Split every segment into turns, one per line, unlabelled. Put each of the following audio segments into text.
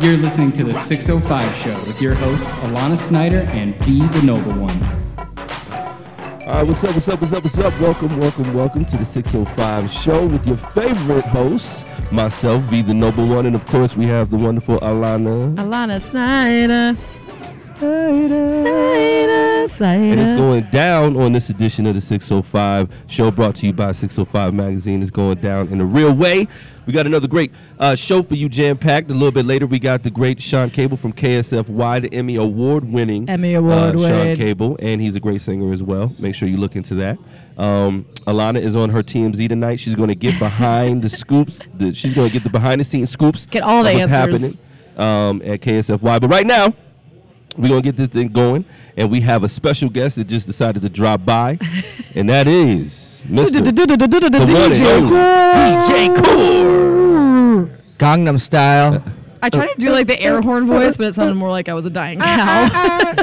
You're listening to The 605 Show with your hosts, Alana Snyder and B. The Noble One.
All right, what's up, what's up, what's up, what's up? Welcome, welcome, welcome to the 605 show with your favorite hosts, myself, V the Noble One, and of course we have the wonderful Alana.
Alana Snyder.
Snyder.
Snyder. Snyder.
And it's going down on this edition of the 605 show brought to you by 605 Magazine. It's going down in a real way. We got another great uh, show for you jam packed. A little bit later, we got the great Sean Cable from KSFY, the Emmy Award winning
Emmy
Sean
Award winning.
Cable, and he's a great singer as well. Make sure you look into that. Um, Alana is on her TMZ tonight. She's going to get behind the scoops. The, she's going to get the behind the scenes scoops.
Get all the
of what's
answers.
happening um, at KSFY. But right now, we're gonna get this thing going, and we have a special guest that just decided to drop by, and that is Mr. the one and only DJ Core.
Gangnam Style.
I tried to do like the air horn voice, but it sounded more like I was a dying cow.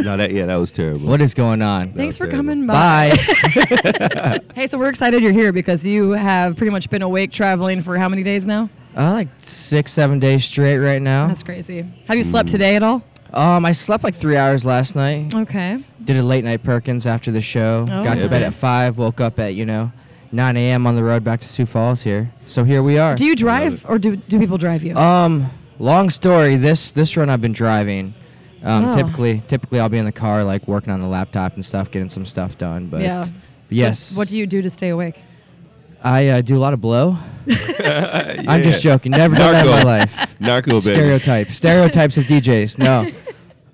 No, that yeah, that was terrible.
What is going on?
Thanks for
Okay.
coming by.
Bye.
Hey, so we're excited you're here because you have pretty much been awake traveling for how many days now?
uh, like six, seven days straight right now.
That's crazy. Have you
Mm.
slept today at all?
um, I slept like three hours last night.
Okay.
Did a late night Perkins after the show.
Oh,
Got to bed at
nice.
five. Woke up at you know, 9 a.m. on the road back to Sioux Falls here. So here we are.
Do you
Uh,
drive or do, do people drive you?
um, long story. This this run I've been driving. Um,
Oh.
typically typically I'll be in the car like working on the laptop and stuff, getting some stuff done. But
Yeah.
yes.
So what do you do to stay awake?
I uh, do a lot of blow. I'm just
Yeah.
joking. Never done that in my
Narco.
life.
Narco baby.
Stereotypes. Stereotypes of DJs. No.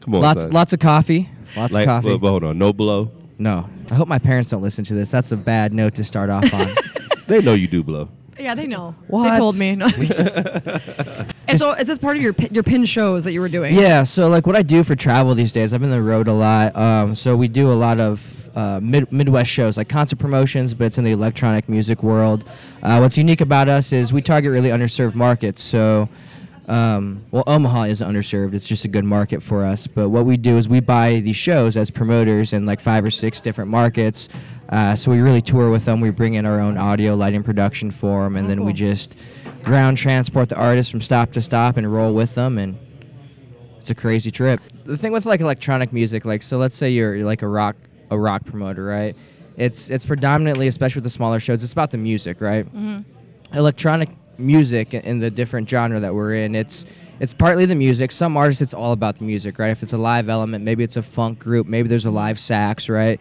Come on,
lots
son.
lots of coffee. Lots
Like,
of coffee.
but- but hold on, no blow.
no. I hope my parents don't listen to this. That's a bad note to start off on.
They know you do blow.
Yeah, they know.
What?
They told me. No. and so, is this part of your pin, your pin shows that you were doing?
yeah, so like what I do for travel these days, I've been on the road a lot. Um, so we do a lot of uh, mid- Midwest shows, like concert promotions, but it's in the electronic music world. Uh, what's unique about us is we target really underserved markets. So, um, well, Omaha is underserved. It's just a good market for us. But what we do is we buy these shows as promoters in like five or six different markets. Uh, so we really tour with them. We bring in our own audio, lighting, production for 'em, and then we
cool.
just ground transport the artists from stop to stop and roll with them and it's a crazy trip. The thing with like electronic music, like so, let's say you're, you're like a rock a rock promoter, right? It's it's predominantly, especially with the smaller shows, it's about the music, right? Electronic music i- in the different genre that we're in, it's it's partly the music. Some artists, it's all about the music, right? If it's a live element, maybe it's a funk group, maybe there's a live sax, right?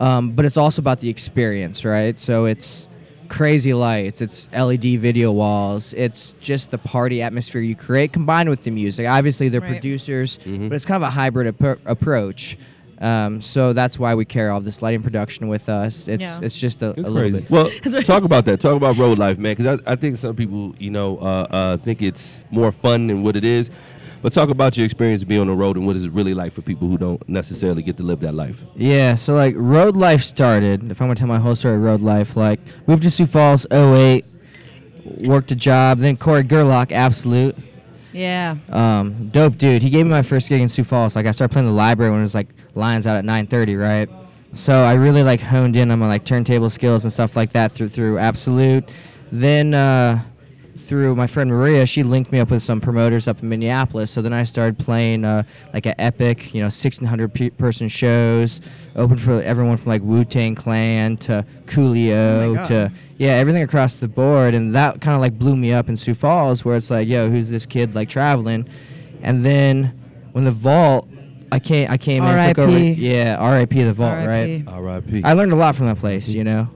um, but it's also about the experience, right? So it's crazy lights, it's LED video walls, it's just the party atmosphere you create combined with the music. Obviously, they're
Right.
producers, but it's kind of a hybrid appro approach. Um, so that's why we carry all this lighting production with us. It's
Yeah.
it's just a,
It's
a little
crazy.
bit.
Well,
right.
talk about that. Talk about road life, man. Because I, I think some people, you know, uh, uh, think it's more fun than what it is. But talk about your experience being on the road and what is it really like for people who don't necessarily get to live that life.
Yeah, so like road life started. If I'm gonna tell my whole story, of road life like moved to Sioux Falls 08, worked a job, then Corey Gerlach, Absolute.
Yeah.
Um, dope dude. He gave me my first gig in Sioux Falls. Like I started playing the library when it was like lines out at 9:30, right? So I really like honed in on my like turntable skills and stuff like that through through Absolute. Then uh, through my friend Maria, she linked me up with some promoters up in Minneapolis. So then I started playing uh, like at Epic, you know, 1,600 pe- person shows, open for everyone from like Wu Tang Clan to
Oh my
Coolio
God.
to yeah, everything across the board, and that kind of like blew me up in Sioux Falls, where it's like, yo, who's this kid like traveling? And then when the vault, I came, I came in, took over.
R.I.P..
Yeah, R.I.P. the vault, right?
R.I.P..
R.I.P.
I learned a lot from that place, you know.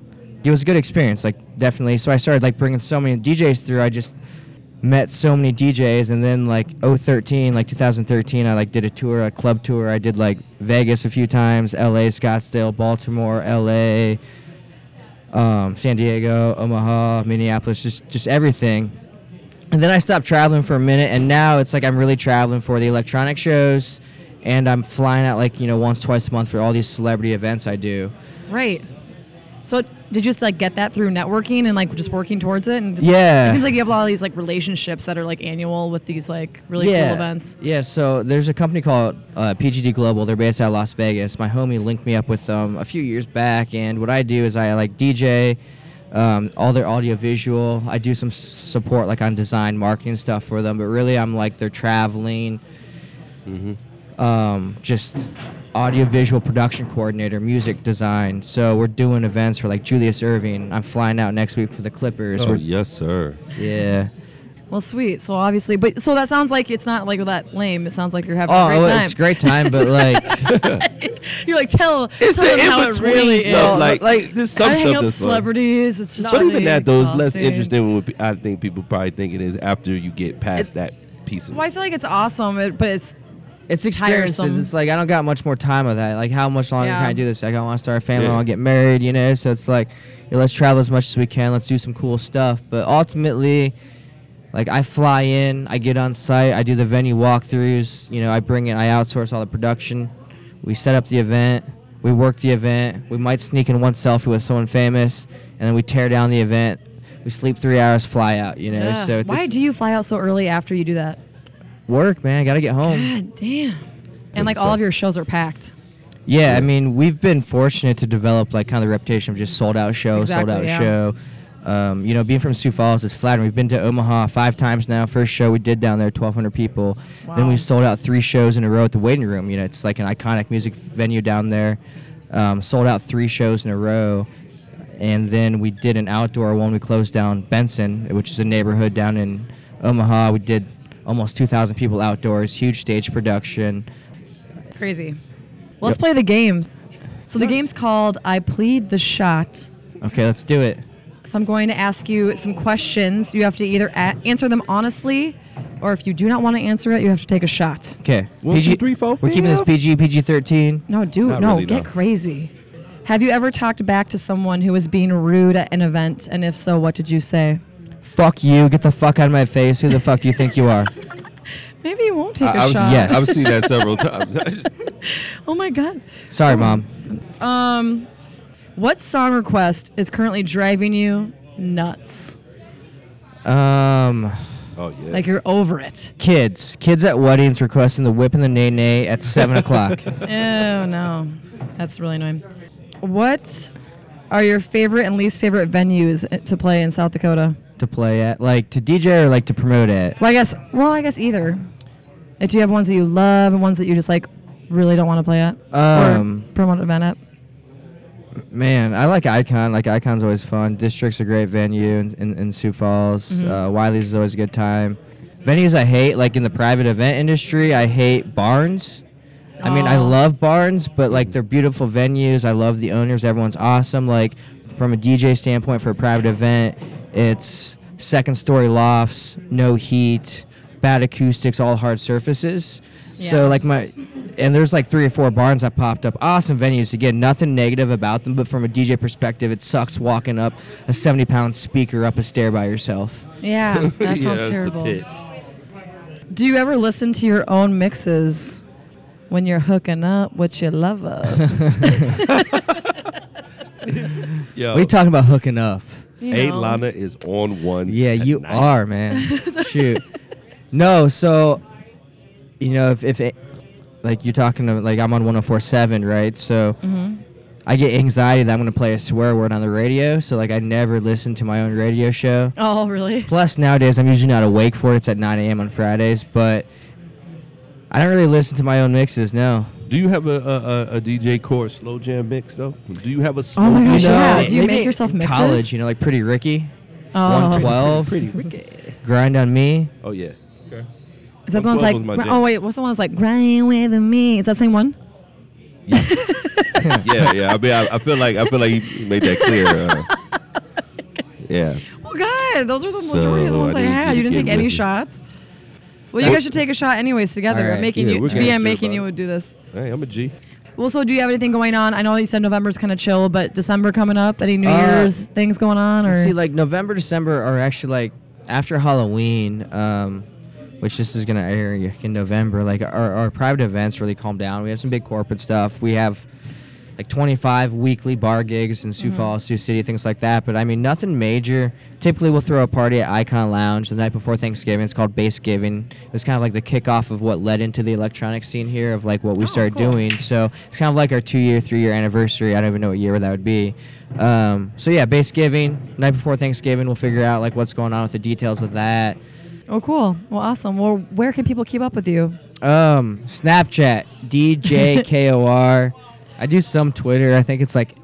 It was a good experience, like definitely. So I started like bringing so many DJs through. I just met so many DJs, and then like 013, like 2013, I like did a tour, a club tour. I did like Vegas a few times, L.A., Scottsdale, Baltimore, L.A., um, San Diego, Omaha, Minneapolis, just just everything. And then I stopped traveling for a minute, and now it's like I'm really traveling for the electronic shows, and I'm flying out like you know once twice a month for all these celebrity events I do.
Right. So did you just like get that through networking and like just working towards it? And just,
Yeah.
It seems like you have a lot of these like relationships that are like annual with these like really cool events.
Yeah, so there's a company called uh, PGD Global. They're based out of Las um, Vegas. My homie linked me up with them a few years back, and what I do is I like DJ, um, all their audio visual. I do some s- support like on design marketing stuff for them, but really I'm like they're traveling, um, just audio visual production coordinator, music design. So we're doing events for like Julius Irving. I'm flying out next week for the Clippers.
Oh,
We're-
yes, sir.
yeah.
Well, sweet. So obviously, but so that sounds like it's not like that lame. It sounds like you're having
Oh,
a great
oh,
time.
it's a great time, but like.
You're like tell,
It's
tell
the
them how it
in-between
really
stuff,
is.
like- there's some
I hang
stuff
out
that's
with
fun.
celebrities. It's just
But
really
even that, though, is less
exhausting.
interesting. than What pe- I think people probably think it is after you get past
It-
that piece of
Well, I feel like it's awesome, it, but it's
It's experiences.
tiresome.
It's like I don't got much more time of that. Like how much longer
Yeah.
can I do this? Like I want to start a family.
Yeah.
I want to get married. You know. So it's like, yeah, let's travel as much as we can. Let's do some cool stuff. But ultimately, like I fly in, I get on site, I do the venue walkthroughs. You know, I bring in, I outsource all the production. We set up the event. We work the event. We might sneak in one selfie with someone famous, and then we tear down the event. We sleep three hours, fly out. You know.
yeah.
So it's,
why
it's
do you fly out so early after you do that?
work, man. Gotta get home.
God damn! And like
Um, so.
all of your shows are packed.
Yeah, I mean, we've been fortunate to develop like kind of the reputation of just sold out show,
Exactly,
sold out
yeah.
show. Um, you know, being from Sioux Falls is flattering. We've been to Omaha five times now. First show we did down there, 1,200 people. Then
Wow.
we sold out three shows in a row at the Waiting Room. You know, it's like an iconic music venue down there. Um, sold out three shows in a row. And then we did an outdoor one. We closed down Benson, which is a neighborhood down in Omaha. We did almost 2,000 people outdoors, huge stage production.
Crazy. Well, let's play the game. So the game's called "I Plead the Shot."
Okay, let's do it.
So I'm going to ask you some questions. You have to either a- answer them honestly, or if you do not want to answer it, you have to take a shot.
Okay.
One, two, three, four,
We're keeping this
five.
PG, PG 13.
No, do
Not
no,
really,
get
no.
crazy. Have you ever talked back to someone who was being rude at an event? And if so, what did you say?
Fuck you. Get the fuck out of my face. Who the fuck do you think you are?
Maybe you won't take a
I, I've-
shot.
Yes.
I've seen that several times.
Oh my god.
Sorry, mom.
Um, what song request is currently driving you nuts?
Um,
oh yeah.
Like you're over it.
kids. Kids at weddings requesting the whip and the nay nay at 7 o'clock.
Oh no, that's really annoying. What are your favorite and least favorite venues i- to play in South Dakota?
To play at. Like to DJ or like to promote at.
Well, I guess. Well, I guess either. Like, do you have ones that you love and ones that you just like really don't want to play at
Um,
or promote an event at?
Man, I like Icon. Like Icon's always fun. District's a great venue in, in, in Sioux Falls.
Mm-hmm.
Uh, Wiley's is always a good time. Venues I hate, like in the private event industry, I hate barns. I mean, I
Aw.
love barns, but like they're beautiful venues. I love the owners. Everyone's awesome. Like from a DJ standpoint, for a private event, it's second story lofts, no heat, bad acoustics, all hard surfaces.
Yeah.
So like my, and there's like three or four barns that popped up. Awesome venues. Again, nothing negative about them, but from a DJ perspective, it sucks walking up a 70 pound speaker up a stair by yourself.
Yeah, that sounds
yeah, that's
terrible.
The pits.
Do you ever listen to your own mixes when you're hooking up with your lover?
Yo,
We talking about hooking up.
You
Hey,
know.
Lana is on one.
Yeah, you
tonight.
are, man. Shoot. No, so you know, if if it, like you're talking to like I'm on 104.7, right? So
Mm-hmm.
I get anxiety that I'm gonna play a swear word on the radio, so like I never listen to my own radio show.
Oh, really?
Plus, nowadays I'm usually not awake for it. It's at 9 a.m. on Fridays, but I don't really listen to my own mixes. No.
Do you have a, a, a, a DJ core slow jam mix though? Do you have a slow
Oh my gosh,
jam?
yeah.
No,
Do you
maybe
make yourself
in
mixes?
College, you know, like Pretty Ricky,
Oh,
112, Grind on Me.
Oh yeah. Okay.
is that the
112
one's like?
was my
gr-
jam.
Oh wait, what's the one that's like? Grind with me. Is that the same one?
yeah, yeah. I mean, I, I feel like I feel like you made that clear. Uh, yeah.
Well, God, Oh, those are the majority of the
So,
ones
I
I,
need you
had.
to
You didn't
get
take any
with it.
shots. Well, you
Well-
guys should take a shot anyways together.
Alright.
I'm making
Yeah,
you.
we're
To me,
gonna
I'm
see
making
about
you
it.
do this.
Hey, I'm a G.
Well, so do you have anything going on? I know you said November's kind of chill, but December coming up. Any New
Uh,
Year's things going on? Or
See, like November, December are actually like after Halloween, um, which this is gonna air in November. Like our, our private events really calm down. We have some big corporate stuff. We have like 25 weekly bar gigs in Sioux
Mm-hmm.
Falls, Sioux City, things like that. But I mean, nothing major. Typically, we'll throw a party at Icon Lounge the night before Thanksgiving. It's called Base Giving. It's kind of like the kickoff of what led into the electronic scene here, of like what we
Oh,
started
cool.
doing. So it's kind of like our two-year, three-year anniversary. I don't even know what year that would be. Um, so yeah, Base Giving night before Thanksgiving. We'll figure out like what's going on with the details of that.
Oh, cool. Well, awesome. Well, where can people keep up with you?
Um, Snapchat DJ KOR. I do some Twitter. I think it's like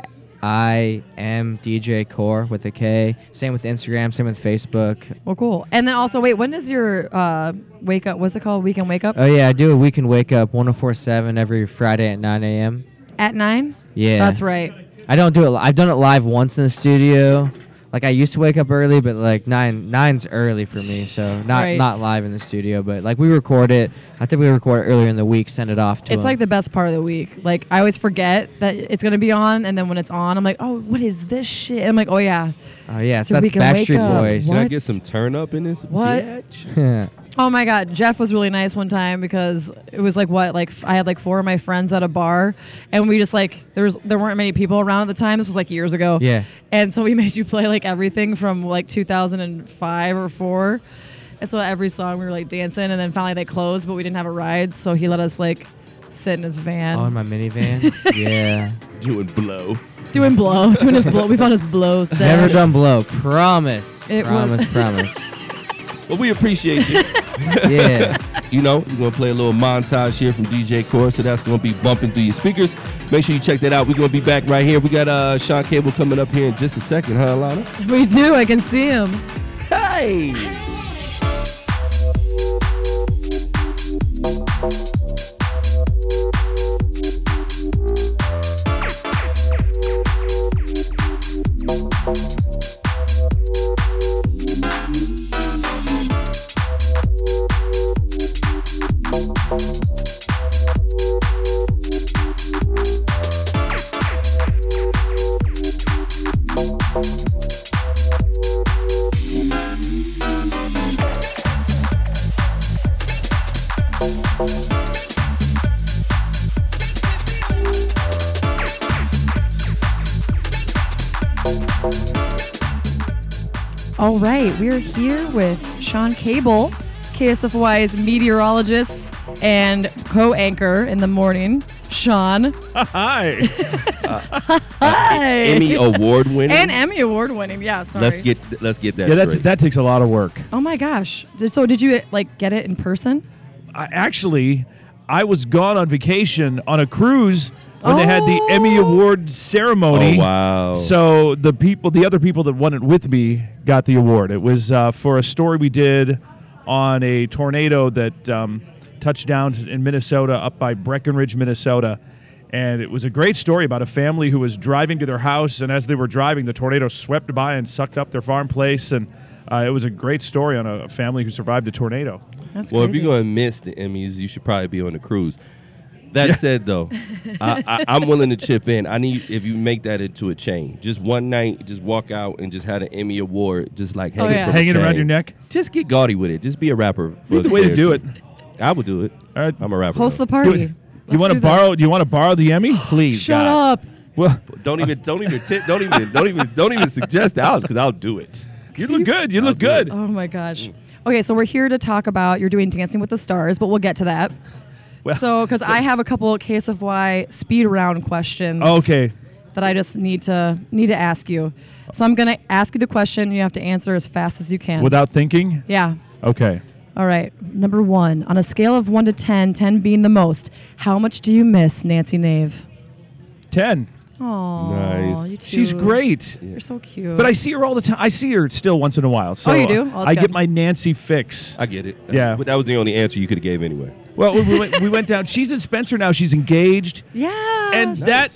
I am DJ Core with a K. Same with Instagram. Same with Facebook.
Well, cool. And then also, wait, when does your uh, wake up? What's it called? Weekend wake up
Oh yeah, I do a weekend wake up 104.7 every Friday at 9 a.m.
at nine.
Yeah,
That's right.
I don't do it. li- I've done it live once in the studio. Like I used to wake up early, but like nine nine's early for me, so not
Right.
not live in the studio. But like we record it. I think we record it earlier in the week, send it off to.
It's
'em.
like the best part of the week. Like I always forget that it's gonna be on, and then when it's on, I'm like, oh, what is this shit? I'm like, oh yeah.
oh yeah, it's
So
that's
we can wake
Backstreet
up.
Boys.
Can I
What?
get some turn up in this?
What?
bitch?
Yeah.
Oh my God, Jeff was really nice one time because it was like what, like f- I had like four of my friends at a bar, and we just like there was there weren't many people around at the time. This was like years ago.
Yeah.
And so we made you play like everything from like 2005 or four, and so every song we were like dancing, and then finally they closed, but we didn't have a ride, so he let us like sit in his van
Oh, in my minivan? yeah.
Doing blow.
doing blow, doing his blow. We found his blow stick.
Never done blow. Promise.
It
promise,
was-
promise.
But we appreciate you.
Yeah.
You know, we're gonna play a little montage here from DJ Core, so that's gonna be bumping through your speakers. Make sure you check that out. We're gonna be back right here. We got uh Sean Cable coming up here in just a second, huh, Alana?
We do. I can see him.
Hey!
All right, we're here with Sean Cable, KSFY's meteorologist and co-anchor in the morning. Sean,
Hi.
hi,
Emmy award winning.
and Emmy award winning. Yeah, sorry.
Let's get let's get that
yeah, that,
straight.
that takes a lot of work.
oh my gosh! Did- So did you like get it in person?
I, actually, I was gone on vacation on a cruise when they had the Emmy
Oh.
Award ceremony.
Oh, wow.
So the people, the other people that won it with me, got the award. It was uh, for a story we did on a tornado that um, touched down in Minnesota, up by Breckenridge, Minnesota. And it was a great story about a family who was driving to their house, and as they were driving, the tornado swept by and sucked up their farm place. And uh, it was a great story on a family who survived a tornado.
That's
well, if
crazy.
you're gonna miss the Emmys, you should probably be on the cruise. That said, though, I, I, I'm willing to chip in. I need if you make that into a chain, just one night, just walk out and just had an Emmy award, just like hanging,
Oh, yeah.
from a
Hanging around
chain.
your neck?
Just get gaudy with it. Just be a rapper. For
Either
a
way to
day or
do
two.
it.
I would do it.
All right.
I'm a rapper.
host
though.
the party.
You- You
Let's
want
do
to
this.
borrow? Do you want to borrow the Emmy?
Please,
Shut
guys.
up!
Well,
Don't even, don't even, tip, don't even, don't even, don't even suggest out because I'll do it.
you look good. You
I'll
look
do it.
good.
Oh my gosh. Okay, so we're here to talk about you're doing Dancing with the Stars, but we'll get to that.
Well-
so, because I have a couple of KSFY speed round questions.
Okay.
That I just need to need to ask you. So I'm gonna ask you the question. You have to answer as fast as you can.
Without thinking?
yeah.
Okay.
All right. Number one, on a scale of one to 10, 10 being the most, how much do you miss Nancy Nave?
10.
Oh,
Nice.
She's great.
You're so cute.
But I see her all the time. I see her still once in a while. So
Oh, you do? Oh, that's
I
good.
get my Nancy fix.
I get it.
Yeah.
but that was the only answer you could have gave anyway.
Well, we went, we went down. She's in Spencer now. She's engaged.
yeah.
And that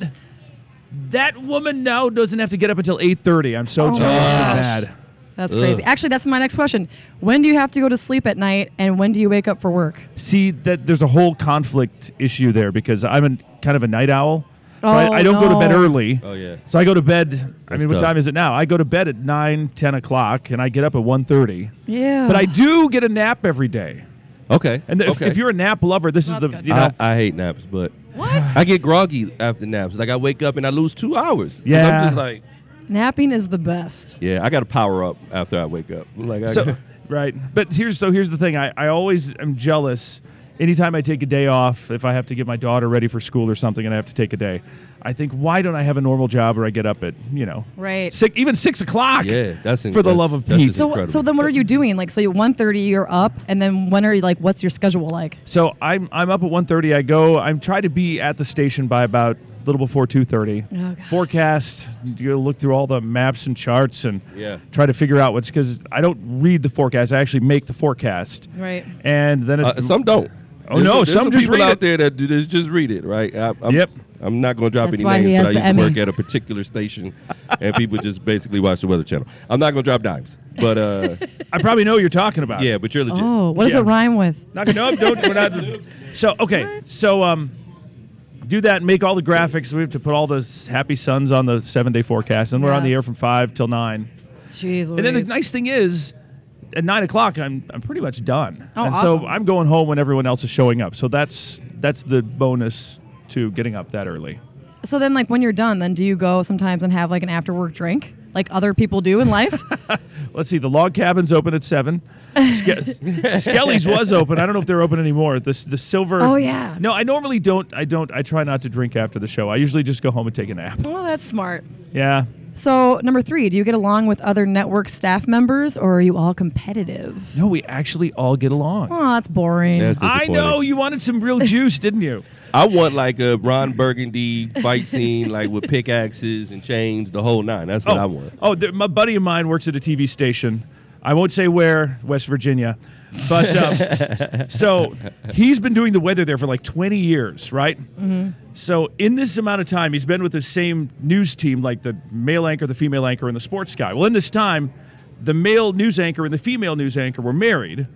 that woman now doesn't have to get up until 8:30. I'm so
Oh my
jealous
gosh.
and mad.
That's
Ugh.
crazy. Actually, that's my next question. When do you have to go to sleep at night, and when do you wake up for work?
See that there's a whole conflict issue there because I'm a, kind of a night owl. So
Oh,
I, I don't go to bed
no.
early.
Oh, yeah.
So I go to bed. I
That's
mean, what
tough.
time is it now? I go to bed at 9, 10 o'clock, and I get up at 1.30.
Yeah.
But I do get a nap every day.
Okay.
And if,
okay.
if you're a nap lover, this
That's
is the
good.
you know
I, I hate naps, but
What?
I get groggy after naps. Like I wake up and I lose two hours. 'Cause
Yeah.
I'm just like,
Napping is the best.
yeah, I got to power up after I wake up. Like, I,
Uh-huh.
so right but here's so here's the thing I, I always am jealous anytime i take a day off if i have to get my daughter ready for school or something and i have to take a day i think why don't i have a normal job where i get up at you know
Right.
six, even six o'clock
yeah, that's
for the
that's-
love of
that's
Pete.
just
So
incredible.
so then what are you doing? Like so you 1:30 you're up and then when are you like what's your schedule like?
so i'm i'm up at 1.30 i go i'm trying to be at the station by about a little before 2.30
Oh, God.
forecast you look through all the maps and charts and
Yeah.
try to figure out what's because i don't read the forecast i actually make the forecast
Right.
and then it's
Uh, some don't.
Oh, no,
there's
some just
people
read
out
it.
there that do this, just read it, right? I, I'm,
Yep.
I'm not going to drop
That's
any
why he
names, but I
has
used
the
to work
Emmy.
at a particular station, and people just basically watch the Weather Channel. I'm not going to drop dimes, but uh,
i probably know what you're talking about
yeah, but you're legit.
Oh, what does
Yeah.
it rhyme with?
Not no, don't. We're not. So okay, so um, do that. and Make all the graphics. We have to put all those happy suns on the seven-day forecast, and we're on the
Yes.
air from five till nine.
Jeez.
And then the
Louise.
nice thing is, at nine o'clock, I'm I'm pretty much done.
Oh,
and
awesome.
So I'm going home when everyone else is showing up. So that's that's the bonus to getting up that early.
So then, like when you're done, then do you go sometimes and have like an after work drink, like other people do in life?
Let's see. The log cabin's open at seven. Ske- Skelly's was open. I don't know if they're open anymore. This the silver.
Oh, yeah.
No, I normally don't. I don't. I try not to drink after the show. I usually just go home and take a nap.
well, that's smart.
Yeah.
So number three, do you get along with other network staff members, or are you all competitive?
No, we actually all get along.
Oh, that's boring.
That's
I
disappointing.
know you wanted some real juice, didn't you?
I want like a Ron Burgundy fight scene, like with pickaxes and chains, the whole nine. That's what I want.
oh, th- my buddy of mine works at a TV station. I won't say where, West Virginia, but um, so he's been doing the weather there for like 20 years, right? So in this amount of time, he's been with the same news team, like the male anchor, the female anchor, and the sports guy. Well, in this time, the male news anchor and the female news anchor were married.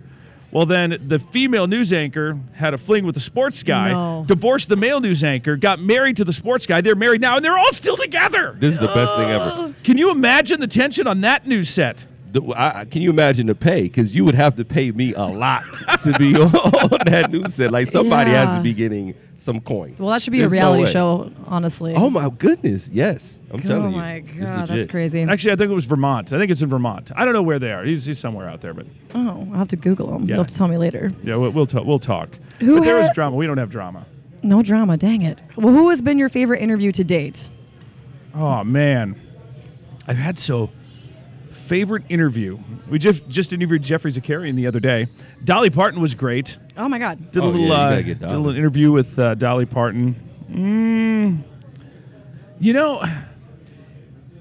Well, then the female news anchor had a fling with the sports guy,
No.
divorced the male news anchor, got married to the sports guy. They're married now, and they're all still together.
This is the best thing
Oh.
ever.
Can you imagine the tension on that news set?
The- I- I- can you imagine the pay? Because you would have to pay me a lot to be on, that news set. Like somebody has
Yeah.
to be getting some coin.
well, that should be
There's
a
no
reality
way.
show, honestly.
Oh my goodness! Yes, I'm
Oh
telling you.
my
It's
god, that's
legit.
crazy.
Actually, I think it was Vermont. I think it's in Vermont. I don't know where they are. He's, he's somewhere out there, but
Oh, I'll have to Google them.
Yeah.
You'll have to tell me later.
yeah, we'll we'll, ta- we'll talk.
Who
but there was
had-
drama. We don't have drama.
No drama, dang it. Well, who has been your favorite interview to date?
Oh man, I've had so favorite interview. We just just interviewed Jeffrey Zakarian the other day. Dolly Parton was great.
Oh my god.
Did
Oh,
a
yeah,
little
you
uh,
gotta
did
get
a
Dolly.
little interview with uh, Dolly Parton. Mm, you know,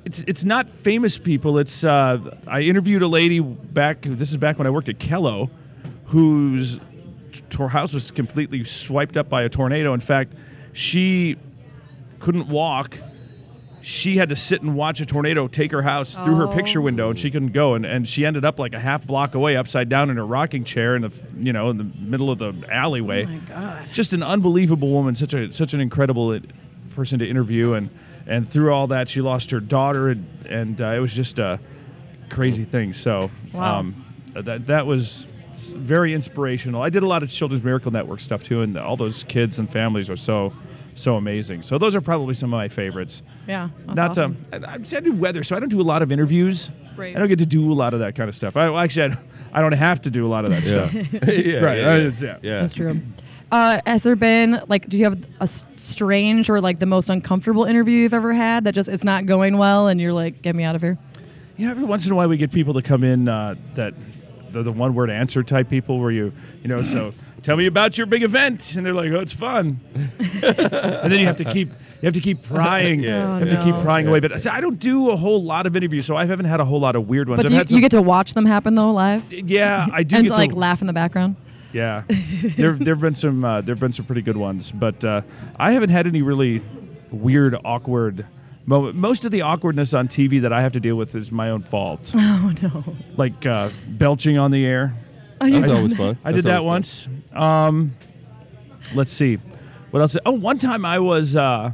it's it's not famous people. It's uh, I interviewed a lady back. This is back when I worked at Kello, whose t- house was completely swiped up by a tornado. In fact, she couldn't walk. She had to sit and watch a tornado take her house through her
Oh.
picture window, and she couldn't go. And, and she ended up like a half block away, upside down in her rocking chair, in the f- you know in the middle of the alleyway.
Oh my god.
Just an unbelievable woman, such a such an incredible uh, person to interview, and and through all that, she lost her daughter, and and uh, it was just a crazy thing. So um,
Wow.
that that was s- very inspirational. I did a lot of Children's Miracle Network stuff too, and all those kids and families are so so amazing. So those are probably some of my favorites.
Yeah. That's
Not
awesome.
um, I, I said I do weather, so I don't do a lot of interviews.
Right.
I don't get to do a lot of that kind of stuff. I well, actually I don't, I don't have to do a lot of that stuff.
Yeah. yeah,
Right,
Yeah. yeah.
uh, it's- yeah.
yeah.
That's true. Uh, has there been like, do you have a s- strange or like the most uncomfortable interview you've ever had that just it's not going well and you're like, get me out of here?
Yeah, every once in a while we get people to come in uh, that the, the one word answer type people where you, you know, so tell me about your big event, and they're like, oh, it's fun, and then you have to keep you have to keep prying,
Oh,
Yeah,
you have to keep
yeah.
prying away. But I said, I don't do a whole lot of interviews, so I haven't had a whole lot of weird ones.
But
I've
do you,
had some,
you get to watch them happen though live
yeah, I do
and
get
like
to,
laugh in the background.
yeah, there there have been some uh, there have been some pretty good ones, but uh, I haven't had any really weird awkward. moment. Most of the awkwardness on TV that I have to deal with is my own fault,
Oh no.
like uh, belching on the air.
Oh, you
That's always fun.
I did
That's
that
always
once. Um, let's see. What else? Oh, one time I was uh,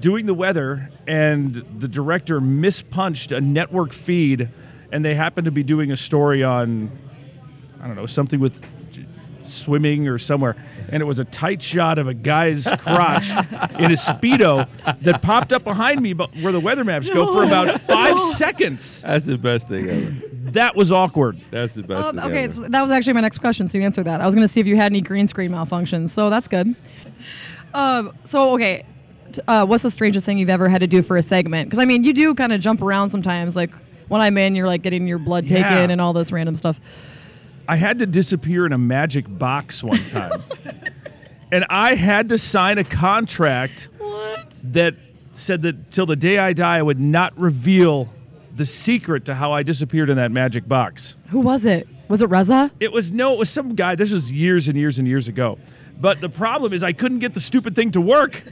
doing the weather, and the director mispunched a network feed, and they happened to be doing a story on, I don't know, something with swimming or somewhere, and it was a tight shot of a guy's crotch in a speedo that popped up behind me, but where the weather maps go for about five seconds.
That's the best thing ever.
That was awkward.
That's the best
Um,
thing
okay,
ever.
so that was actually my next question, so you answered that. I was going to see if you had any green screen malfunctions, so that's good. Um, so, okay, t- uh, what's the strangest thing you've ever had to do for a segment? Because, I mean, you do kind of jump around sometimes. Like, when I'm in, you're like getting your blood taken
Yeah.
and all this random stuff.
I had to disappear in a magic box one time. and I had to sign a contract that said that till the day I die, I would not reveal the secret to how I disappeared in that magic box.
Who was it? Was it Reza?
It was no, it was some guy. This was years and years and years ago. But the problem is, I couldn't get the stupid thing to work.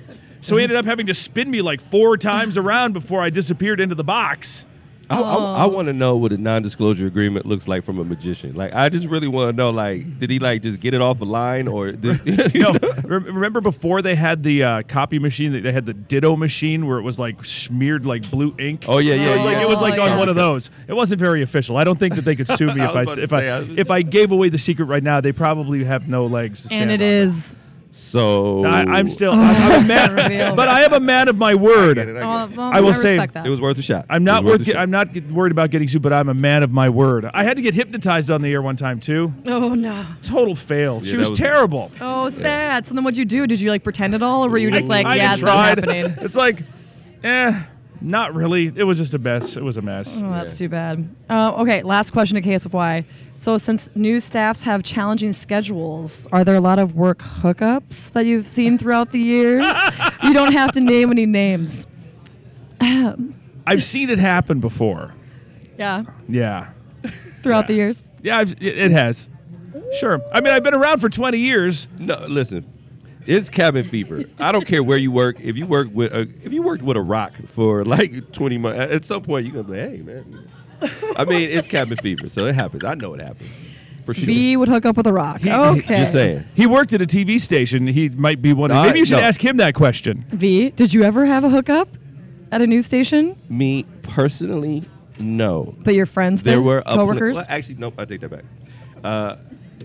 So he ended up having to spin me like four times around before I disappeared into the box.
I, I, I
um,
want to know what a non-disclosure agreement looks like from a magician. Like, I just really want to know. Like, did he like just get it off the line, or did,
No, rem- remember before they had the uh, copy machine, they- they had the Ditto machine where it was like smeared like blue ink.
Oh yeah, yeah,
It was like,
yeah.
it was like
Oh,
on
yeah.
one of those. It wasn't very official. I don't think that they could sue me
I
if I,
was about to
if
say,
I,
I was-
if I gave away the secret right now. They probably have no legs. To stand
And it
on.
is. Oh,
So
I, I'm still. I'm, I'm a man,
Reveal.
but I am a man of my word.
get it, I get it.
Oh, well,
I will say-
respect that.
It was worth a shot.
I'm
It
not
was
worth.
a
Get,
shot.
I'm not get- worried about getting sued, but I'm a man of my word. I had to get hypnotized on the air one time too.
oh, no.
Total fail. she
that
was,
was-
terrible.
Oh, sad. So then what'd you do? Did you like pretend it all or were you just like,
I
yeah, it's not
tried.
happening?
It's like, eh, not really. It was just a mess. It was a mess.
Oh, that's too bad. Uh, okay, last question to KSFY. So, since new staffs have challenging schedules, are there a lot of work hookups that you've seen throughout the years? you don't have to name any names.
I've seen it happen before.
Yeah,
Yeah.
throughout the years.
Yeah, I've, it, it has. Sure. I mean, I've been around for 20 years.
No, listen. It's cabin fever. I don't care where you work. If you work with a, if you worked with a rock for like twenty months, at some point you're gonna be like, hey man. I mean, it's cabin fever, so it happens. I know it happens for sure.
V would hook up with a rock. Okay.
Just saying.
He worked at a TV station. He might be one. Of,
All
maybe
right,
you should
no.
ask him that question.
V, did you ever have a hookup at a news station?
Me personally, no.
But your friends,
There
did?
were a pl-
coworkers.
well, actually, nope. I take that back. Uh,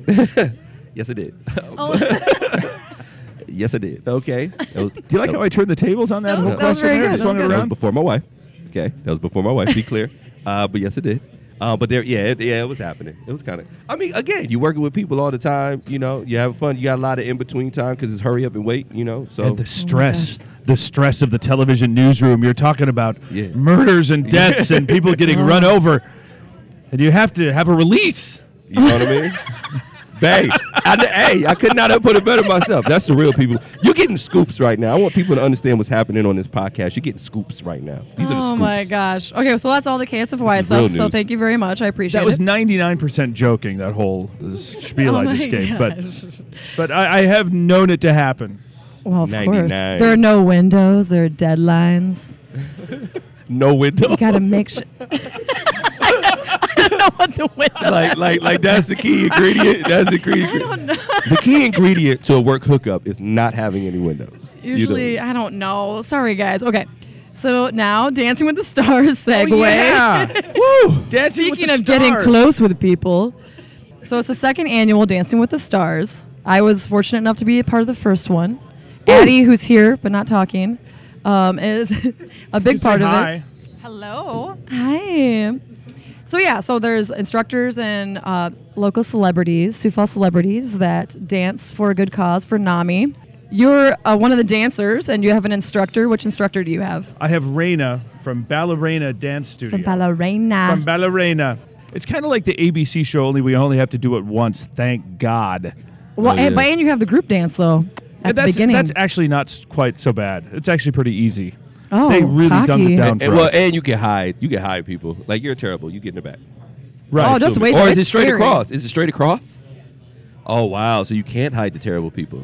yes, I did.
oh,
yes, I did. Okay. That was-
Do you like
that
how I turned the tables on that,
That
whole
was- that was
question
very
there?
good.
Just
That was
swung it
good.
That was
around?
before my wife. Okay, that was before my wife. Be clear. Uh, but yes, it did. Uh, but there, yeah, it, yeah, it was happening. It was kind of. I mean, again, you're working with people all the time. You know, you having fun. You got a lot of in between time because it's hurry up and wait. You know, so
And the
Oh,
stress, the stress of the television newsroom. You're talking about
Yeah.
murders and deaths and people getting
Oh.
run over, and you have to have a release.
you know what I mean. Bay, I, kn- hey, I could not have put it better myself. That's the real people. You're getting scoops right now. I want people to understand what's happening on this podcast. You're getting scoops right now. These are the
oh
scoops.
my gosh. Okay, so that's all the
This
KSFY
is real
stuff. So
news.
thank you very much. I appreciate
That was
it.
99% joking. That whole uh, spiel
oh
I
my
just gave, but
gosh.
but I, I have known it to happen.
Well, of course.
99.
There are no windows. There are deadlines.
No window.
You gotta make sure. I don't know what the window.
like, like, like that's the key ingredient. That's the key. ingredient. The key ingredient to a work hookup is not having any windows. You know.
Usually, I don't know. Sorry, guys. Okay, so now Dancing with the Stars
Oh,
segue.
Yeah.
Woo!
Dancing
Speaking
with
of
the stars.
getting close with people, so it's the second annual Dancing with the Stars. I was fortunate enough to be a part of the first one. Addie, who's here but not talking, um, is a big
You say
part of it.
hi.
Hello.
Hi. So yeah, so there's instructors and uh, local celebrities, Sioux Falls celebrities that dance for a good cause for NAMI. You're uh, one of the dancers, and you have an instructor. Which instructor do you have?
I have Raina from Ballerina Dance Studio.
From Ballerina.
From Ballerina. It's kind of like the ABC show, only we only have to do it once. Thank God.
well,
Oh,
and,
yeah.
but and you have the group dance though at
And that's,
the beginning.
that's actually not s- quite so bad. It's actually pretty easy.
Oh,
they really dumbed
cocky.
it down
And,
for
well,
us.
and you can hide. You can hide people. Like you're terrible. You get in the back.
right.
Oh, just
Assuming.
wait,
Or
though,
is it
it's
straight
scary.
across? Is it straight across? Oh wow! So you can't hide the terrible people.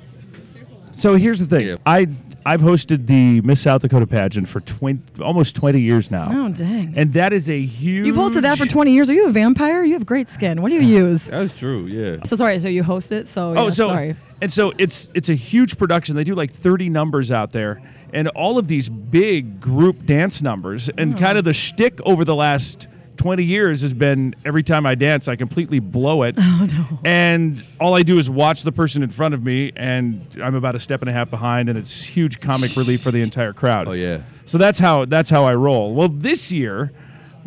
So here's the thing.
Yeah.
I I've hosted the Miss South Dakota pageant for 20 almost 20 years now.
oh dang!
And that is a huge
You've hosted that for 20 years. Are you a vampire? You have great skin. What do you use?
That's true. Yeah.
So sorry. So you host it. So
Oh,
yeah,
so
sorry.
and so it's it's a huge production. They do like 30 numbers out there,
Hmm.
and all of these big group dance numbers, and kind of the shtick over the last 20 years has been every time I dance, I completely blow it.
Oh no.
And all I do is watch the person in front of me, and I'm about a step and a half behind, and it's huge comic relief for the entire crowd.
Oh, yeah.
So that's how that's how I roll. Well, this year,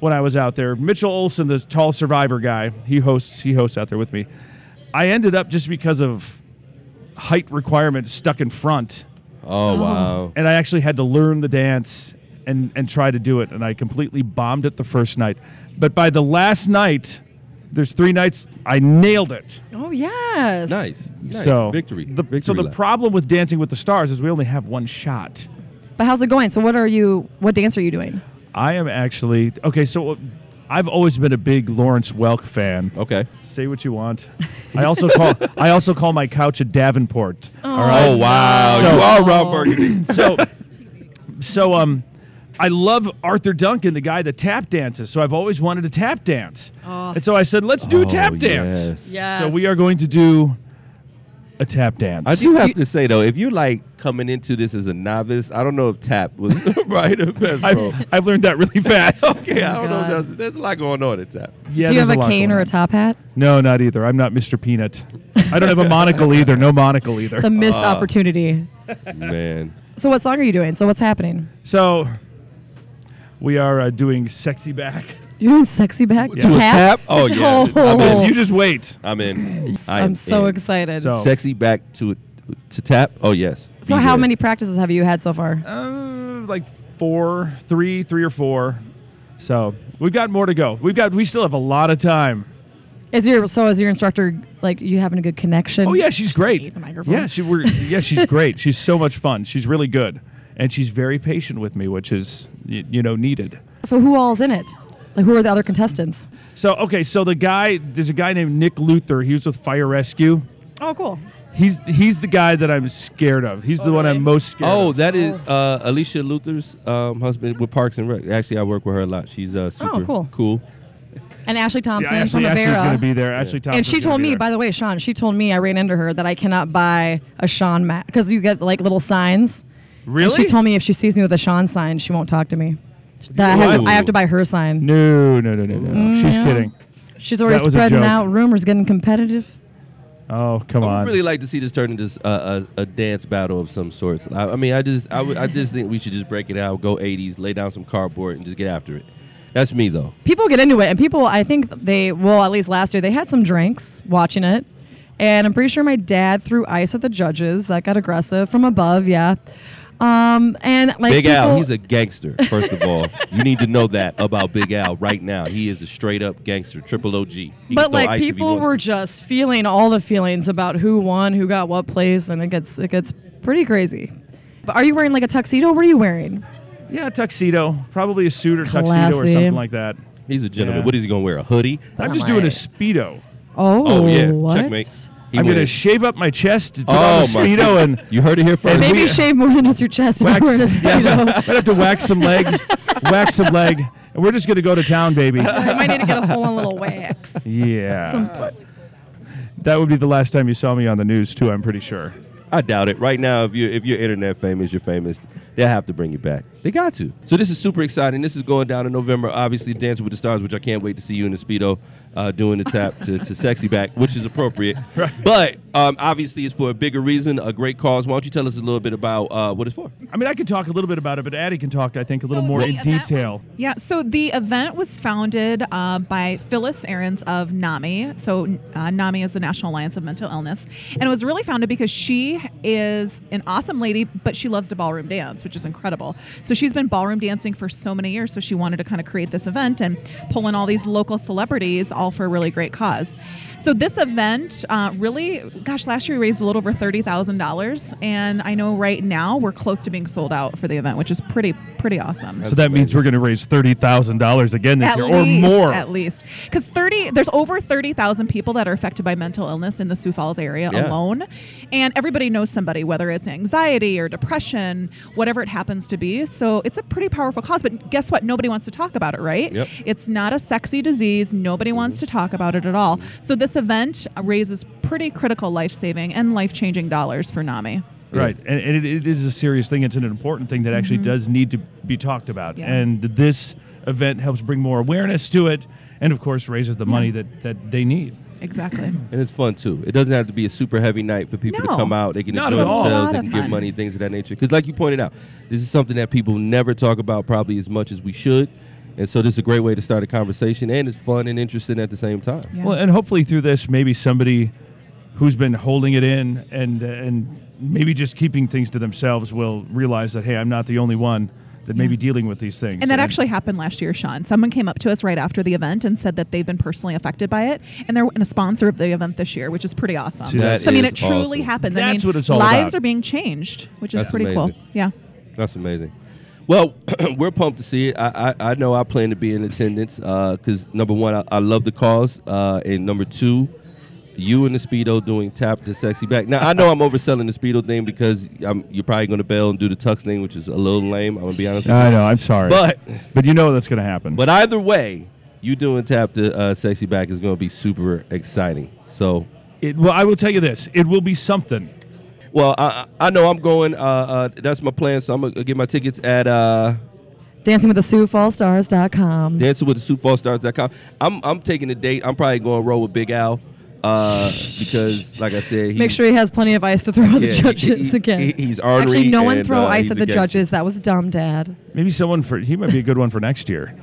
when I was out there, Mitchell Olson, the tall survivor guy, he hosts he hosts out there with me. I ended up just because of height requirements stuck in front,
Oh, wow.
and I actually had to learn the dance and and try to do it, and I completely bombed it the first night. But by the last night, there's three nights I nailed it.
Oh yes.
Nice. nice.
So
victory.
The,
victory
so the
lap.
problem with Dancing with the Stars is we only have one shot.
But how's it going? So what are you? What dance are you doing?
I am actually okay. So uh, I've always been a big Lawrence Welk fan.
Okay.
Say what you want. I also call I also call my couch a Davenport.
All right. Oh wow.
So-
you are Rob Burgundy.
So so um. I love Arthur Duncan, the guy that tap dances. So I've always wanted to tap dance,
Oh.
and so I said, "Let's do a tap
Oh,
dance."
yes.
Yes.
So we are going to do a tap dance.
I do have
you-
to say though, if you're like coming into this as a novice, I don't know if tap was right or best, bro.
I've, I've learned that really fast.
okay, I don't know. If
God.
that's, there's a lot going on at tap.
Yeah,
Do you
there's
have a
lot
cane or
going
a
on.
top hat?
No, not either. I'm not Mr. Peanut. I don't have a monocle either. No monocle either.
It's a missed
Uh,
opportunity.
Man,
So what song are you doing? So what's happening?
so we are uh, doing sexy back.
You're doing sexy back
To a tap? Oh, yes. I'm
Oh.
You just wait.
I'm in. I am
I'm so
in.
excited.
So-
So,
Sexy back to to tap. Oh yes. Be
how
there.
many practices have you had so far?
Uh, like four, three, three or four. So we've got more to go. We've got. We still have a lot of time.
Is your so is your instructor like you having a good connection?
Oh yeah, she's
Just
great.
hate The microphone.
Yeah, she. We're, yeah, she's great. She's so much fun. She's really good, and she's very patient with me, which is y- you know needed.
so who all's in it? Like who are the other contestants?
So okay, so the guy. There's a guy named Nick Luther. He was with Fire Rescue.
Oh cool.
He's he's the guy that I'm scared of. He's the one
really?
I'm most scared.
Oh,
of.
that is uh, Alicia Luther's um, husband with Parks and Rec. Actually, I work with her a lot. She's uh, super
Oh, cool.
cool.
And Ashley
Yeah,
Thompson
Ashley,
from
Ashley's
Avera.
gonna be there. Ashley Thompson.
and she told me, by the way, Sean, she told me I ran into her that I cannot buy a Sean mat because you get like little signs. And
really,
she told me if she sees me with a Sean sign, she won't talk to me. That I have,
Ooh.
I have to buy her sign.
No, no, no, no, no. no. She's
yeah.
kidding.
She's already
That was a
spreading
joke.
out rumors, getting competitive.
Oh, come
I
on.
would really like to see this turn into uh, a, a dance battle of some sorts. I, I mean, I just I, would- I just think we should just break it out, go 80s, lay down some cardboard, and just get after it. That's me though.
People get into it, and people, I think they, well, at least last year, they had some drinks watching it. And I'm pretty sure my dad threw ice at the judges. That got aggressive from above, yeah. Um, and like
Big Al,
people-
he's a gangster. First of all, you need to know that about Big Al right now. He is a straight up gangster, triple OG. He can
but
throw
like
ice if he
people
wants
were
to.
just feeling all the feelings about who won, who got what place, and it gets it gets pretty crazy. But are you wearing like a tuxedo? What are you wearing?
yeah, tuxedo. Probably a suit or tuxedo or
Classy.
something like that.
He's a gentleman.
Yeah.
What is he gonna wear? A hoodie?
I'm just doing a speedo.
Oh,
Oh yeah,
what?
checkmate. He
I'm gonna
wins.
shave up my chest, put on a
Oh my!
speedo, and
you heard it here first.
Maybe
we-
shave more than just your chest if
wax.
you wearing a
yeah,
speedo.
might have to wax some legs, wax some leg, and we're just gonna go to town, baby.
I might need to get a full on little wax.
Yeah. That would be the last time you saw me on the news, too. I'm pretty sure.
I doubt it. Right now, if you if you're internet famous, you're famous. They have to bring you back. They got to. So this is super exciting. This is going down in November. Obviously, Dancing with the Stars, which I can't wait to see you in the speedo uh, doing the tap to, to sexy back, which is appropriate. But um, obviously, it's for a bigger reason, a great cause. Why don't you tell us a little bit about uh, what it's for?
I mean, I can talk a little bit about it, but Addie can talk, I think, a little
So
more
the
in
event
detail.
was- yeah, so the event was founded uh, by Phyllis Ahrens of NAMI. So uh, NAMI is the National Alliance of Mental Illness. And it was really founded because she is an awesome lady, but she loves to ballroom dance, which is incredible. So she's been ballroom dancing for so many years. So she wanted to kind of create this event and pull in all these local celebrities, all for a really great cause. So this event uh, really, gosh, last year we raised a little over $30,000. And I know right now we're close to being sold out for the event, which is pretty, pretty awesome
So that means we're going to raise thirty thousand dollars again this
at
year,
least,
or more.
At least. Because 30, there's over 30,000 people that are affected by mental illness in the Sioux Falls area
Yeah.
alone. And everybody knows somebody, whether it's anxiety or depression, whatever it happens to be. So it's a pretty powerful cause. But guess what? Nobody wants to talk about it, right?
Yep.
It's not a sexy disease. Nobody
Mm-hmm.
wants to talk about it at all. So this event raises pretty critical life saving and life changing dollars for NAMI.
Right, and, and it, it is a serious thing. It's an important thing that actually does need to be talked about.
Mm-hmm. Yeah.
And this event helps bring more awareness to it, and of course raises the money that, that they need.
Exactly.
And it's fun too. It doesn't have to be a super heavy night for people to
No.
come out. They can
Not
enjoy
at all.
themselves.
Lot
They
of
can give
fun.
money, things of that nature. Because, like you pointed out, this is something that people never talk about probably as much as we should. And so, this is a great way to start a conversation, and it's fun and interesting at the same time.
Yeah.
Well, and hopefully through this, maybe somebody who's been holding it in and and maybe just keeping things to themselves will realize that hey, I'm not the only one that may be dealing with these things.
And that actually happened last year, Sean. Someone came up to us right after the event and said that they've been personally affected by it, and they're a sponsor of the event this year, which is pretty awesome.
See, that
so, I mean,
is
it truly
awesome.
happened. I
That's
mean,
what it's all
lives
about.
are being changed, which is
That's
pretty
amazing.
cool. Yeah.
That's amazing. Well, we're pumped to see it. I, I, I know I plan to be in attendance because number one, I, I love the cause, uh, and number two, you and the speedo doing tap the sexy back. Now I know I'm overselling the speedo thing because I'm, you're probably going to bail and do the tux thing, which is a little lame. I'm gonna be honest. with
I know. I'm sorry,
you. But
but you know that's going to happen.
but either way, you doing tap the uh, sexy back is going to be super exciting. So
it, well, I will tell you this: it will be something.
well, I I I know I'm going. Uh, uh, that's my plan. So I'm gonna get my tickets at. Uh,
Dancing with the Sioux Fallstars.com.
Dancing with the Sioux Fallstars.com. I'm I'm taking a date. I'm probably going to roll with Big Al uh, because, like I said, he,
Make sure he has plenty of ice to throw at the
Yeah, he-
judges
he-
again.
he- he's artery
Actually, no one
and,
throw
uh,
ice
he's
at
a
the
gangster.
judges. That was dumb, Dad.
Maybe someone for he might be a good one for next year.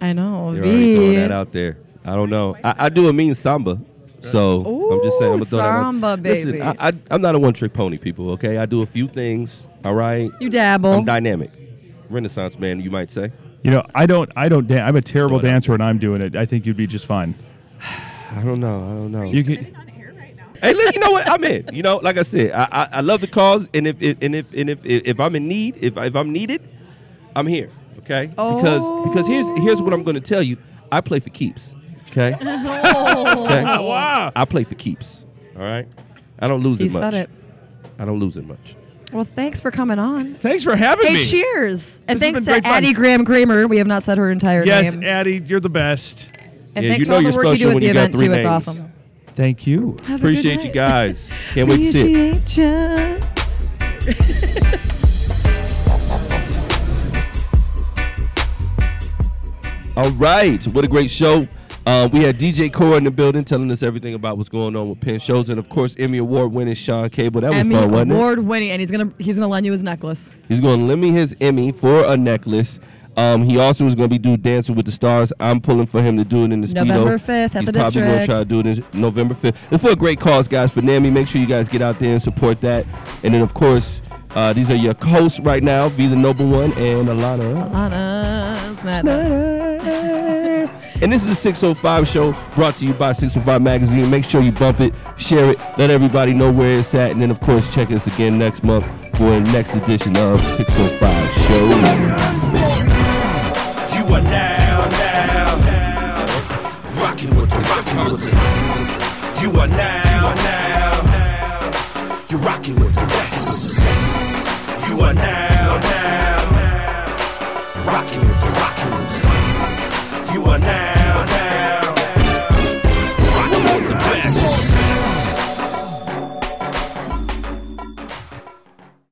I know.
You're already
V.
throwing that out there. I don't know. I, I do a mean samba, so I'm just saying. I'm
Ooh,
gonna throw that out.
samba, baby.
Listen, I, I, I'm not a one trick pony, people. Okay, I do a few things. All right,
You dabble.
I'm dynamic, Renaissance man, you might say.
You know, I don't. I don't. Dan- I'm a terrible
Throw it out.
dancer, and I'm doing it. I think you'd be just fine.
I don't know. I don't know.
You can,
Hey, look, you know what? I'm in. You know, like I said, I, I, I love the cause, and if it, and if and if if I'm in need, if if I'm needed, I'm here. Okay,
Oh.
because because here's here's what I'm going to tell you. I play for keeps. Okay, okay.
wow.
I play for keeps. All right, I don't lose
He
it much.
said it.
I don't lose it much.
Well, thanks for coming on.
Thanks for having
Hey,
me.
cheers. And
This has
thanks
been
to
great fun.
Addie Graham Kramer. We have not said her entire
Yes,
name.
Addie, you're the best.
and
Yeah,
thanks
you
for
know
all the
you're
work
special
you do at
when
the
you got
event,
three
too. It's
names.
awesome.
Thank you.
Have a good
Appreciate you
night.
guys. Can't wait to see it.
Appreciate you.
All right, what a great show. Uh, we had DJ Core in the building telling us everything about what's going on with Penn Shows, and of course, Emmy Award winning Sean Cable. That was
Emmy
fun, wasn't it?
award winning, and he's gonna he's gonna lend you his necklace.
He's going to lend me his Emmy for a necklace. Um, he also is going to be do Dancing with the Stars. I'm pulling for him to do it in the speedo.
November 5th at
He's probably
the
going to
District.
try to do it in November 5th. It's for a great cause, guys. For NAMI, make sure you guys get out there and support that. And then, of course, uh, these are your hosts right now, Be the Noble One and Alana.
Lana Snyder.
And this is the 605 show brought to you by 605 Magazine. Make sure you bump it, share it, let everybody know where it's at. And then, of course, check us again next month for the next edition of 605 Show.
You are now, now, rocking with the, rocking with the. You are now, now, you're rocking with the.